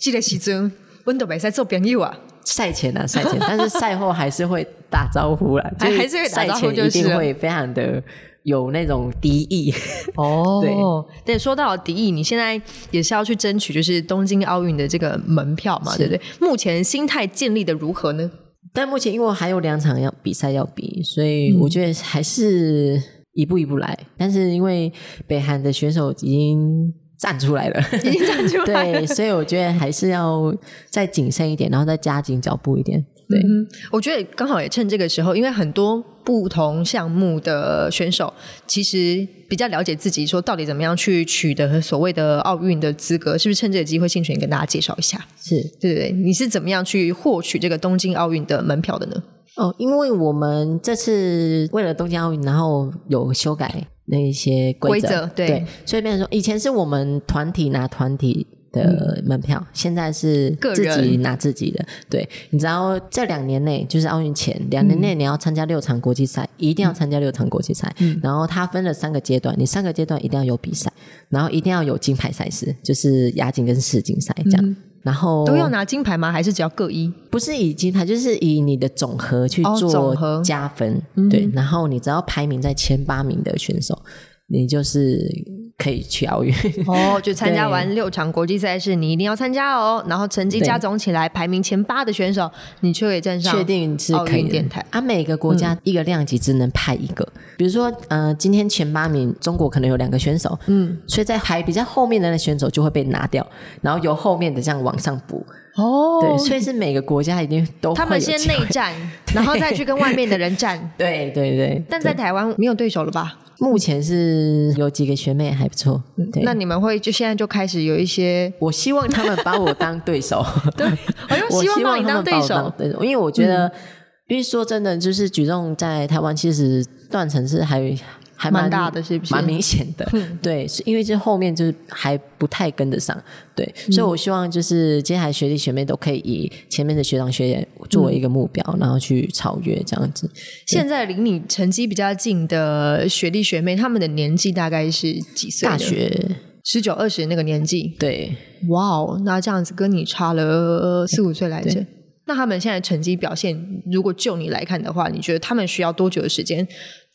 Speaker 1: 这个时阵温都没在做朋友啊？
Speaker 2: 赛前啊，赛 前，但是赛后还是会打招呼啦，
Speaker 1: 还
Speaker 2: 就
Speaker 1: 还是会打
Speaker 2: 赛
Speaker 1: 招呼
Speaker 2: 前
Speaker 1: 就是
Speaker 2: 一定
Speaker 1: 了
Speaker 2: 会非常的有那种敌意。
Speaker 1: 哦，对，说到迪意，你现在也是要去争取，就是东京奥运的这个门票嘛，对不对？目前心态建立的如何 呢？
Speaker 2: 但目前因为我还有两场要比赛要比，所以
Speaker 1: 嗯
Speaker 2: 我觉得还是一步一步来。但是因为北韩的选手已经站出来了，
Speaker 1: 已经站 出来了
Speaker 2: 对，所以我觉得还是要再谨慎一点，然后再加紧脚步一点。对，
Speaker 1: 嗯，我觉得刚好也趁这个时候，因为很多不同项目的选手其实比较了解自己，说到底怎么样去取得所谓的奥运的资格，是不是趁这个机会，幸权跟大家介绍一下，
Speaker 2: 是。
Speaker 1: 对不对？你是怎么样去获取这个东京奥运的门票的呢？
Speaker 2: 哦，因为我们这次为了东京奥运，然后有修改那一些规则，
Speaker 1: 规则对
Speaker 2: 所以变成说，以前是我们团体拿团体的门票，现在是
Speaker 1: 嗯个
Speaker 2: 自己
Speaker 1: 人
Speaker 2: 拿自己的。对，你知道这两年内，就是奥运前两年
Speaker 1: 嗯
Speaker 2: 内，你要参加六场国际赛，一定要参加六场国际赛。然后它分了三个阶段，你三个阶段一定要有比赛，然后一定要有金牌赛事，就是亚锦跟世锦赛这样。然
Speaker 1: 嗯
Speaker 2: 后
Speaker 1: 都要拿金牌吗？还是只要各一？
Speaker 2: 不是以金牌，就是以你的总和去
Speaker 1: 哦总和嗯
Speaker 2: 做加分，对。然后你只要排名在前八名的选手，你就是可以去奥运。
Speaker 1: 哦，就参加完六场国际赛事，你一定要参加哦。然后成绩
Speaker 2: 对
Speaker 1: 加总起来排名前八的选手，你就可以站上
Speaker 2: 确定是
Speaker 1: 奥
Speaker 2: 可以
Speaker 1: 运
Speaker 2: 的
Speaker 1: 电台。嗯
Speaker 2: 啊，每个国家一个量级只能派一个，比如说呃，今天前八名中国可能有两个选手，嗯，所以在排比较后面的那选手就会被拿掉，然后由后面的这样往上补，
Speaker 1: 哦
Speaker 2: 对，所以是每个国家一定都会
Speaker 1: 他们
Speaker 2: 有
Speaker 1: 先
Speaker 2: 机会
Speaker 1: 内战，然后再去跟外面的人 战。
Speaker 2: 对对对，
Speaker 1: 但在台湾没有对手了吧？
Speaker 2: 目前是有几个学妹还不错，对，
Speaker 1: 嗯那你们会就现在就开始有一些，
Speaker 2: 我希望他们把我当 对手，
Speaker 1: 对，我就
Speaker 2: 我
Speaker 1: 希望
Speaker 2: 希
Speaker 1: 把
Speaker 2: 望
Speaker 1: 你
Speaker 2: 他
Speaker 1: 当
Speaker 2: 们
Speaker 1: 对
Speaker 2: 把我
Speaker 1: 手嗯
Speaker 2: 当。对手，因为我觉得，因为说真的，就是举重在台湾其实断层是还还
Speaker 1: 蛮大的是不是嗯
Speaker 2: 蛮明显的，对，是因为这后面就是还不太跟得上，对，
Speaker 1: 嗯
Speaker 2: 所以我希望就是接下来学弟学妹都可以以前面的学长学姐作为一个目标，然后去超越这样子。
Speaker 1: 现在离你成绩比较近的学弟学妹，他们的年纪大概是几岁？
Speaker 2: 大学
Speaker 1: 十九二十那个年纪。
Speaker 2: 对
Speaker 1: 哇哦，那这样子跟你差了呃四五岁来着。那他们现在成绩表现，如果就你来看的话，你觉得他们需要多久的时间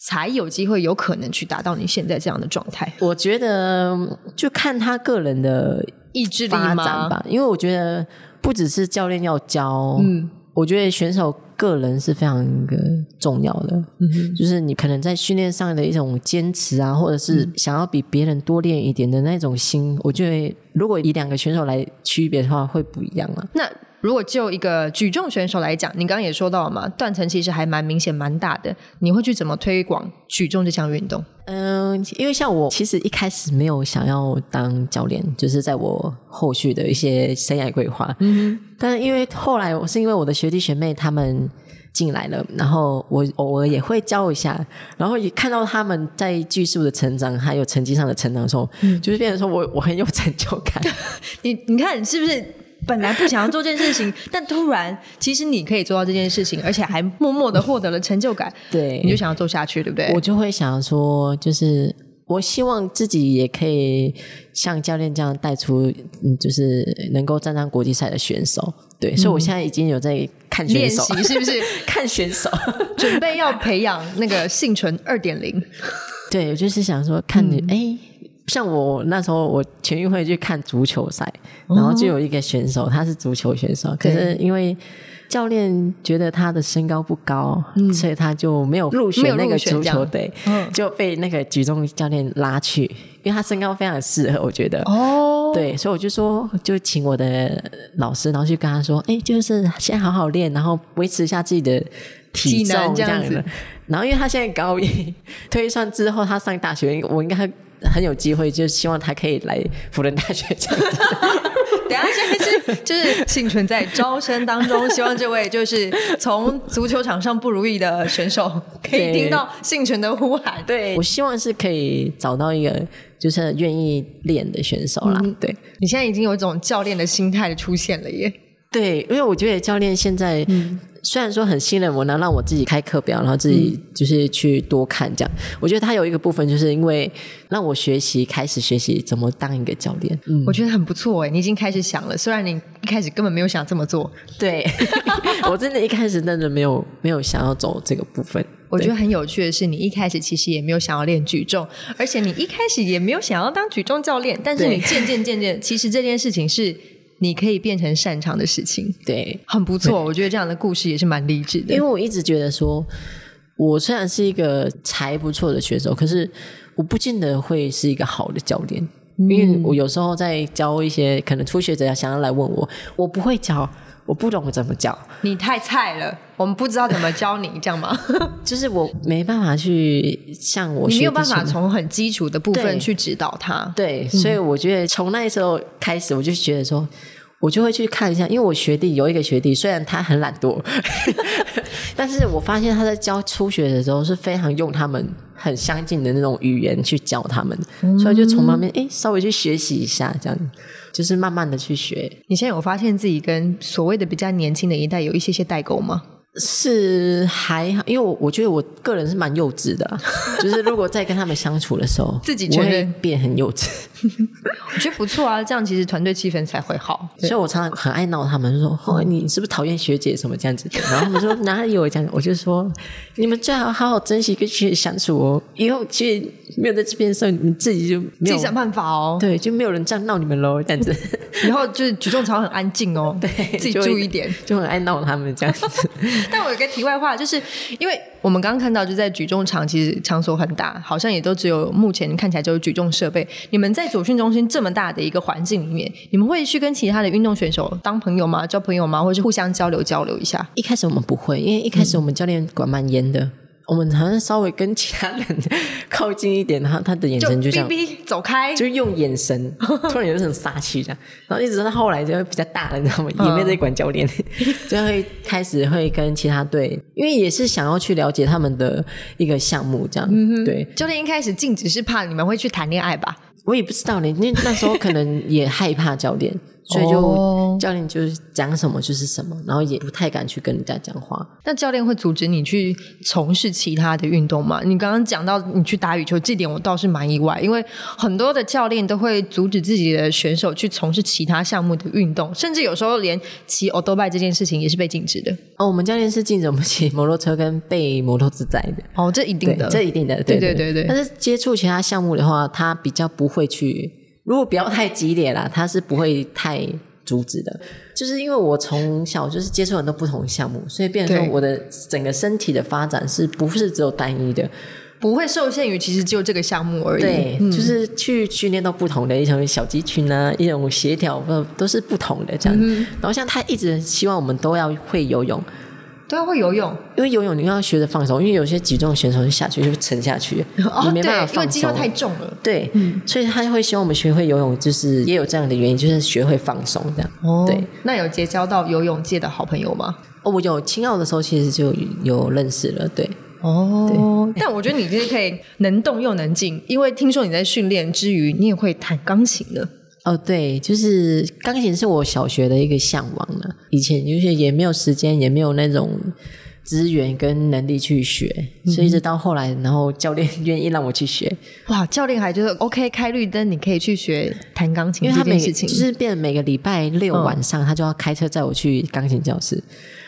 Speaker 1: 才有机会有可能去达到你现在这样的状态？
Speaker 2: 我觉得嗯就看他个人的
Speaker 1: 意志力
Speaker 2: 发
Speaker 1: 吗？
Speaker 2: 展吧，因为我觉得不只是教练要教，
Speaker 1: 嗯
Speaker 2: 我觉得选手个人是非常一个重要的，
Speaker 1: 嗯
Speaker 2: 就是你可能在训练上的一种坚持啊，或者是想要比别人多练一点的那种心，我觉得如果以两个选手来区别的话，会不一样啊。
Speaker 1: 那如果就一个举重选手来讲，你刚刚也说到了嘛，断层其实还蛮明显、蛮大的。你会去怎么推广举重这项运动？
Speaker 2: 嗯，因为像我其实一开始没有想要当教练，就是在我后续的一些生涯规划。嗯，但是因为后来我是因为我的学弟学妹他们进来了，然后我偶尔也会教一下，然后也看到他们在技术的成长还有成绩上的成长的时候，就是变成说我我很有成就感。
Speaker 1: 你你看是不是？本来不想要做这件事情，但突然，其实你可以做到这件事情，而且还默默的获得了成就感，
Speaker 2: 对，
Speaker 1: 你就想要做下去，对不对？
Speaker 2: 我就会想说，就是我希望自己也可以像教练这样带出，嗯，就是能够站上国际赛的选手。对，所以我现在已经有在看选
Speaker 1: 嗯练
Speaker 2: 手，
Speaker 1: 习是不 是
Speaker 2: 看选手。
Speaker 1: 准备要培养那个幸存二点零？
Speaker 2: 对，我就是想说看
Speaker 1: 嗯
Speaker 2: 你，哎、像我那时候我全运会去看足球赛，然后就
Speaker 1: 哦
Speaker 2: 有一个选手，他是足球选手，可是因为。教练觉得他的身高不高，所以他就没有入
Speaker 1: 嗯没有
Speaker 2: 选
Speaker 1: 入
Speaker 2: 那个
Speaker 1: 选
Speaker 2: 足
Speaker 1: 这样嗯
Speaker 2: 球队，就被那个举重教练拉去，因为他身高非常适合，我觉得。
Speaker 1: 哦，
Speaker 2: 对，所以我就说，就请我的老师，然后去跟他说，哎，就是先好好练，然后维持一下自己的
Speaker 1: 体
Speaker 2: 体
Speaker 1: 能
Speaker 2: 重
Speaker 1: 这
Speaker 2: 这
Speaker 1: 样
Speaker 2: 样
Speaker 1: 子
Speaker 2: 子。然后，因为他现在高一，推算之后他上大学，我应该很有机会，就希望他可以来辅仁大学这 样子。
Speaker 1: 等一下现在是就是幸存在招生当中，希望这位就是从足球场上不如意的选 手，可以
Speaker 2: 对
Speaker 1: 听到幸存的呼喊。
Speaker 2: 对我希望是可以找到一个就是愿意练的选手
Speaker 1: 嗯
Speaker 2: 啦。对，
Speaker 1: 你现在已经有一种教练的心态出现了耶。
Speaker 2: 对，因为我觉得教练现在、
Speaker 1: 嗯
Speaker 2: 虽然说很信任我，能让我自己开课表，然后自己就是去多看这样。我觉得他有一个部分，就是因为让我学习，开始学习怎么当一个教练。嗯，
Speaker 1: 我觉得很不错哎，你已经开始想了，虽然你一开始根本没有想这么做，
Speaker 2: 对， 我真的一开始真的没有没有想要走这个部分。
Speaker 1: 我觉
Speaker 2: 对
Speaker 1: 得很有趣的是，你一开始其实也没有想要练举重，而且你一开始也没有想要当举重教练，但是
Speaker 2: 对
Speaker 1: 你渐渐渐渐，其实这件事情是你可以变成擅长的事情，
Speaker 2: 对，
Speaker 1: 很不错。我觉得这样的故事也是蛮励志的
Speaker 2: 因为。我一直觉得说，我虽然是一个才不错的选手，可是我不见得会是一个好的教练。因为我有时候在教一些可能初学者想要来问我，我不会教，我不懂怎么教，
Speaker 1: 你太菜了，我们不知道怎么教你，这样 吗？
Speaker 2: 就是我没办法去像我
Speaker 1: 你
Speaker 2: 学
Speaker 1: 没有
Speaker 2: 弟
Speaker 1: 办法
Speaker 2: 学妹
Speaker 1: 从很基础的部分
Speaker 2: 对
Speaker 1: 去指导他。
Speaker 2: 对，所以我觉得从那时候开始，我就觉得说。我就会去看一下，因为我学弟有一个学弟，虽然他很懒惰， 但是我发现他在教初学的时候是非常用他们很相近的那种语言去教他们，
Speaker 1: 嗯
Speaker 2: 所以就从旁边哎稍微去学习一下，这样就是慢慢的去学。
Speaker 1: 你现在有发现自己跟所谓的比较年轻的一代有一些些代沟吗？
Speaker 2: 是还好，因为我我觉得我个人是蛮幼稚的啊，就是如果在跟他们相处的时候，
Speaker 1: 自己
Speaker 2: 我
Speaker 1: 承
Speaker 2: 会
Speaker 1: 认
Speaker 2: 变很幼稚，
Speaker 1: 我觉得不错啊，这样其实团队气氛才会好。
Speaker 2: 所以我常常很爱闹他们，就说哦你是不是讨厌学姐什么这样子的，然后他们说哪里有这样子，我就说你们最好好好珍惜跟学姐相处哦，以后学姐没有在这边的时候，你们自己就没
Speaker 1: 自己
Speaker 2: 有
Speaker 1: 想办法哦，
Speaker 2: 对就没有人这样闹你们喽，这样子。
Speaker 1: 以后就是举重常很安静哦， 对 自己
Speaker 2: 就会
Speaker 1: 注意一点。
Speaker 2: 就很爱闹他们这样子。
Speaker 1: 但我有一个题外话，就是因为我们刚刚看到，就在举重场，其实场所很大，好像也都只有目前看起来就是举重设备。你们在左训中心这么大的一个环境里面，你们会去跟其他的运动选手当朋友吗？交朋友吗？或是互相交流交流一下？
Speaker 2: 一开始我们不会，因为一开
Speaker 1: 嗯
Speaker 2: 始我们教练管蛮严的，我们好像稍微跟其他人 靠近一点，然后他的眼神就这
Speaker 1: 哔
Speaker 2: 样。
Speaker 1: 哔走开，
Speaker 2: 就用眼神，突然有一种杀气这样，然后一直到后来就会比较大了，你知道吗？也没有在管教练，就会开始会跟其他队，因为也是想要去了解他们的一个项目这样。对
Speaker 1: 教练一开始禁止是怕你们会去谈恋爱吧？
Speaker 2: 我也不知道呢，那那时候可能也害怕教练，所以
Speaker 1: 哦
Speaker 2: 就教练就是讲什么就是什么，然后也不太敢去跟人家讲话。
Speaker 1: 那教练会阻止你去从事其他的运动吗？你刚刚讲到你去打羽球，这点我倒是蛮意外，因为很多的教练都会阻止自己的选手去从事其他项目的运动，甚至有时候连骑 o d o b i 这件事情也是被禁止的。
Speaker 2: 哦，我们教练是禁止我们骑 摩托车跟被摩托车载的，
Speaker 1: 哦，这一定
Speaker 2: 对
Speaker 1: 的，，
Speaker 2: 这一定的，
Speaker 1: 对
Speaker 2: 对
Speaker 1: 对对对
Speaker 2: 但是接触其他项目的话，他比较不会去， 如果不要太激烈啦，他是不会太阻止的。就是因为我从小就是接触很多不同项目，所以变成说
Speaker 1: 对
Speaker 2: 我的整个身体的发展是不是只有单一的？
Speaker 1: 不会受限于其实只有这个项目而已。
Speaker 2: 对，就是去训练到不同的一种小肌群啊，一种协调，不都是不同的这样。
Speaker 1: 嗯
Speaker 2: 然后像他一直希望我们都要会游泳，
Speaker 1: 对啊，会游泳，
Speaker 2: 因为游泳你要学着放松，因为有些举重选手就下去就沉下去，你
Speaker 1: 哦，
Speaker 2: 没
Speaker 1: 对
Speaker 2: 办法，
Speaker 1: 因为
Speaker 2: 放
Speaker 1: 肌
Speaker 2: 松
Speaker 1: 肉。太重了。
Speaker 2: 对，
Speaker 1: 嗯
Speaker 2: 所以他会希望我们学会游泳，就是也有这样的原因，就是学会放松这样。
Speaker 1: 哦
Speaker 2: 对，
Speaker 1: 那有结交到游泳界的好朋友吗？
Speaker 2: 哦，我有青奥的时候其实就有认识了，对，
Speaker 1: 哦，但我觉得你就是可以能动又能静，因为听说你在训练之余，你也会弹钢琴呢。
Speaker 2: 哦对，就是钢琴是我小学的一个向往了，以前就是也没有时间，也没有那种资源跟能力去学，
Speaker 1: 嗯
Speaker 2: 所以一直到后来，然后教练愿意让我去学，
Speaker 1: 哇，教练还觉得 OK 开绿灯，你可以去学弹钢
Speaker 2: 因
Speaker 1: 琴
Speaker 2: 为
Speaker 1: 这
Speaker 2: 他每
Speaker 1: 件事情，
Speaker 2: 就是变每个礼拜六
Speaker 1: 嗯
Speaker 2: 晚上，他就要开车载我去钢琴教室。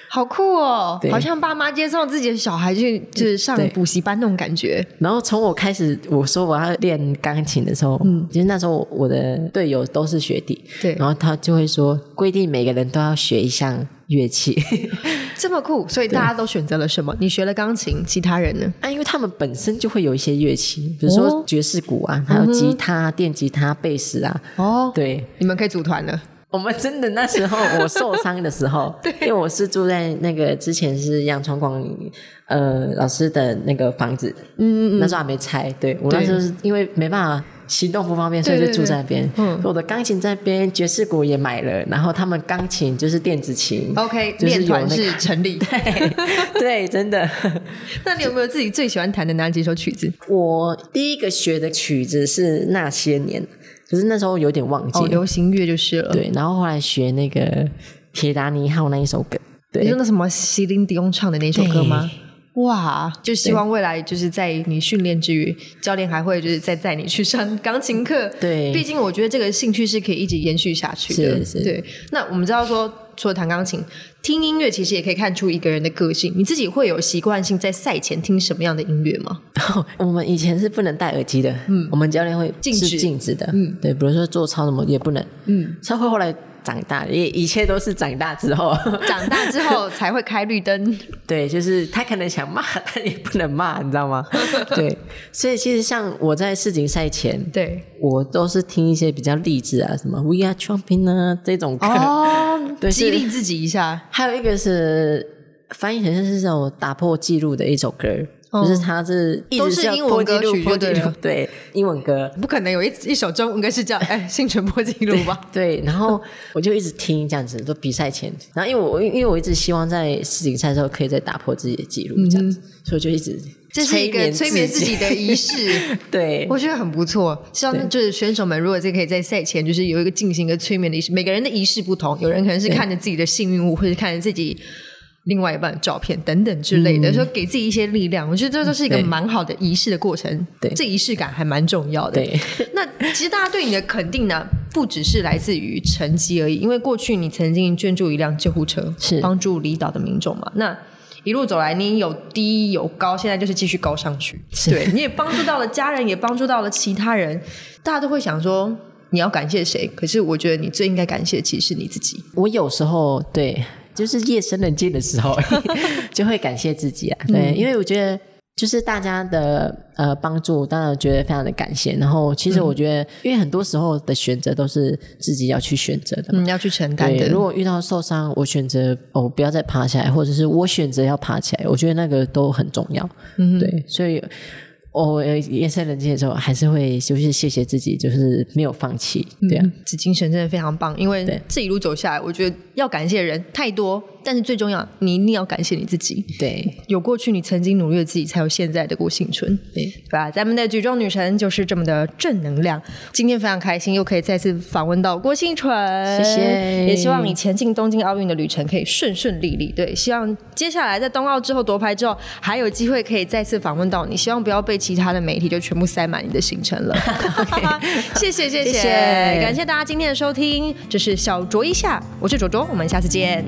Speaker 1: 好酷哦，
Speaker 2: 对
Speaker 1: 好像爸妈接送自己的小孩去就是上
Speaker 2: 对
Speaker 1: 补习班那种感觉。
Speaker 2: 然后从我开始我说我要练钢琴的时候，其实那时候我的队友都是学弟，
Speaker 1: 对
Speaker 2: 然后他就会说规定每个人都要学一项乐器，
Speaker 1: 这么酷，所以大家都选择了什么？你学了钢琴，其他人呢？
Speaker 2: 啊，因为他们本身就会有一些乐器，比如说爵士鼓啊，还有吉他、电吉他、贝斯啊，
Speaker 1: 哦，
Speaker 2: 对。
Speaker 1: 你们可以组团了。
Speaker 2: 我们真的那时候我受伤的 时候，因为我是住在那个之前是杨川光呃老师的那个房子，嗯嗯那时候还没拆，对我那时候是因为没办法。行动不方便，所以
Speaker 1: 对
Speaker 2: 就
Speaker 1: 对
Speaker 2: 住在那边。
Speaker 1: 对嗯
Speaker 2: 所以我的钢琴在那边，爵士鼓也买了，然后他们钢琴就是电子琴。
Speaker 1: OK，
Speaker 2: 就是
Speaker 1: 练
Speaker 2: 有
Speaker 1: 团
Speaker 2: 那
Speaker 1: 是
Speaker 2: 个
Speaker 1: 成 立。
Speaker 2: 对 对，真的。
Speaker 1: 那你有没有自己最喜欢弹的哪几首曲子？
Speaker 2: 我第一个学的曲子是《那些年》，可是那时候有点忘记。
Speaker 1: 哦，流行乐就是了。
Speaker 2: 对，然后后来学那个《铁达尼号》那一首歌。对
Speaker 1: 你，说那什么席琳迪翁唱的那首歌吗？哇！就希望未来就是在你训练之余，教练还会就是再带你去上钢琴课。
Speaker 2: 对
Speaker 1: 毕竟我觉得这个兴趣是可以一直延续下去的。
Speaker 2: 是是
Speaker 1: 对。那我们知道说，除了弹钢琴，听音乐其实也可以看出一个人的个性。你自己会有习惯性在赛前听什么样的音乐吗？
Speaker 2: 哦我们以前是不能戴耳机的，嗯，我们教练会
Speaker 1: 禁止
Speaker 2: 是禁止的，嗯，对，比如说做操什么也不能，嗯，稍微后来长大，也一切都是长大之后，
Speaker 1: 长大之后才会开绿灯。
Speaker 2: 对，就是他可能想骂，但也不能骂， 你知 道吗？对，所以其实像我在世锦赛前，
Speaker 1: 对。
Speaker 2: 我都是听一些比较励志啊，什么 We Are Champion 啊这种歌，
Speaker 1: 哦，
Speaker 2: 对
Speaker 1: 激
Speaker 2: 是
Speaker 1: 励自己一下。
Speaker 2: 还有一个是翻译成是这种打破记录的一首歌。就是它是一
Speaker 1: 哦都
Speaker 2: 直
Speaker 1: 是
Speaker 2: 要
Speaker 1: 英文
Speaker 2: 破纪
Speaker 1: 歌
Speaker 2: 录
Speaker 1: 曲
Speaker 2: 破
Speaker 1: 就
Speaker 2: 纪
Speaker 1: 对
Speaker 2: 录
Speaker 1: 了
Speaker 2: 对英文歌，
Speaker 1: 不可能有一一首中文歌是叫哎，幸存破纪录吧？
Speaker 2: 对，然后我就一直听这样子，都比赛前，然后因为我因为我一直希望在世锦赛的时候可以再打破自己的记录，这样子，所以我就一直
Speaker 1: 嗯这是一个催眠自己。的仪 式，
Speaker 2: 对，
Speaker 1: 我觉得很不错。希望就是选手们，如果这可以在赛前就是有一个进行一个催眠的仪式，每个人的仪式不同，有人可能是看着自己的幸运物，或者看着自己另外一半的照片等等之类的，说、给自己一些力量。我觉得这都是一个
Speaker 2: 对
Speaker 1: 蛮好的仪式的过程，
Speaker 2: 对
Speaker 1: 这仪式感还蛮重要的。
Speaker 2: 对，
Speaker 1: 那其实大家对你的肯定呢，不只是来自于成绩而已，因为过去你曾经捐助一辆救护车，
Speaker 2: 是
Speaker 1: 帮助离岛的民众嘛。那一路走来，你有低有高，现在就是继续高上去。对，你也帮助到了家人，也帮助到了其他人，大家都会想说你要感谢谁？可是我觉得你最应该感谢的其实是你自己。
Speaker 2: 我有时候对，就是夜深人静的 时候，就会感谢自己啊。
Speaker 1: 嗯
Speaker 2: 对，因为我觉得就是大家的呃帮助，当然觉得非常的感谢。然后其
Speaker 1: 嗯
Speaker 2: 实我觉得，因为很多时候的选择都是自己要去选择的嘛。
Speaker 1: 嗯，要去承担
Speaker 2: 对，
Speaker 1: 的
Speaker 2: 如。果遇到受伤，我选择哦不要再爬起来，或者是我选择要爬起来，我觉得那个都很重要。嗯，对，所以我、呃夜深人静的时候，还是会就是谢谢自己，就是没有放弃。对啊，
Speaker 1: 紫精神真的非常棒，因为
Speaker 2: 对
Speaker 1: 这一路走下来，我觉得要感谢的人太多，但是最重要，你一定要感谢你自己。
Speaker 2: 对
Speaker 1: 有过去你曾经努力的自己，才有现在的郭幸存，
Speaker 2: 对，
Speaker 1: 对吧？咱们的举重女神就是这么的正能量。今天非常开心，又可以再次访问到郭幸存，
Speaker 2: 谢谢
Speaker 1: 也希望你前进东京奥运的旅程可以顺顺利利。对，希望接下来在冬奥之后夺牌之后，还有机会可以再次访问到你。希望不要被其他的媒体就全部塞满你的行程了。谢谢谢谢，
Speaker 2: 谢谢
Speaker 1: 感谢大家今天的收听，这是小酌一下，我是卓卓，我们下次见，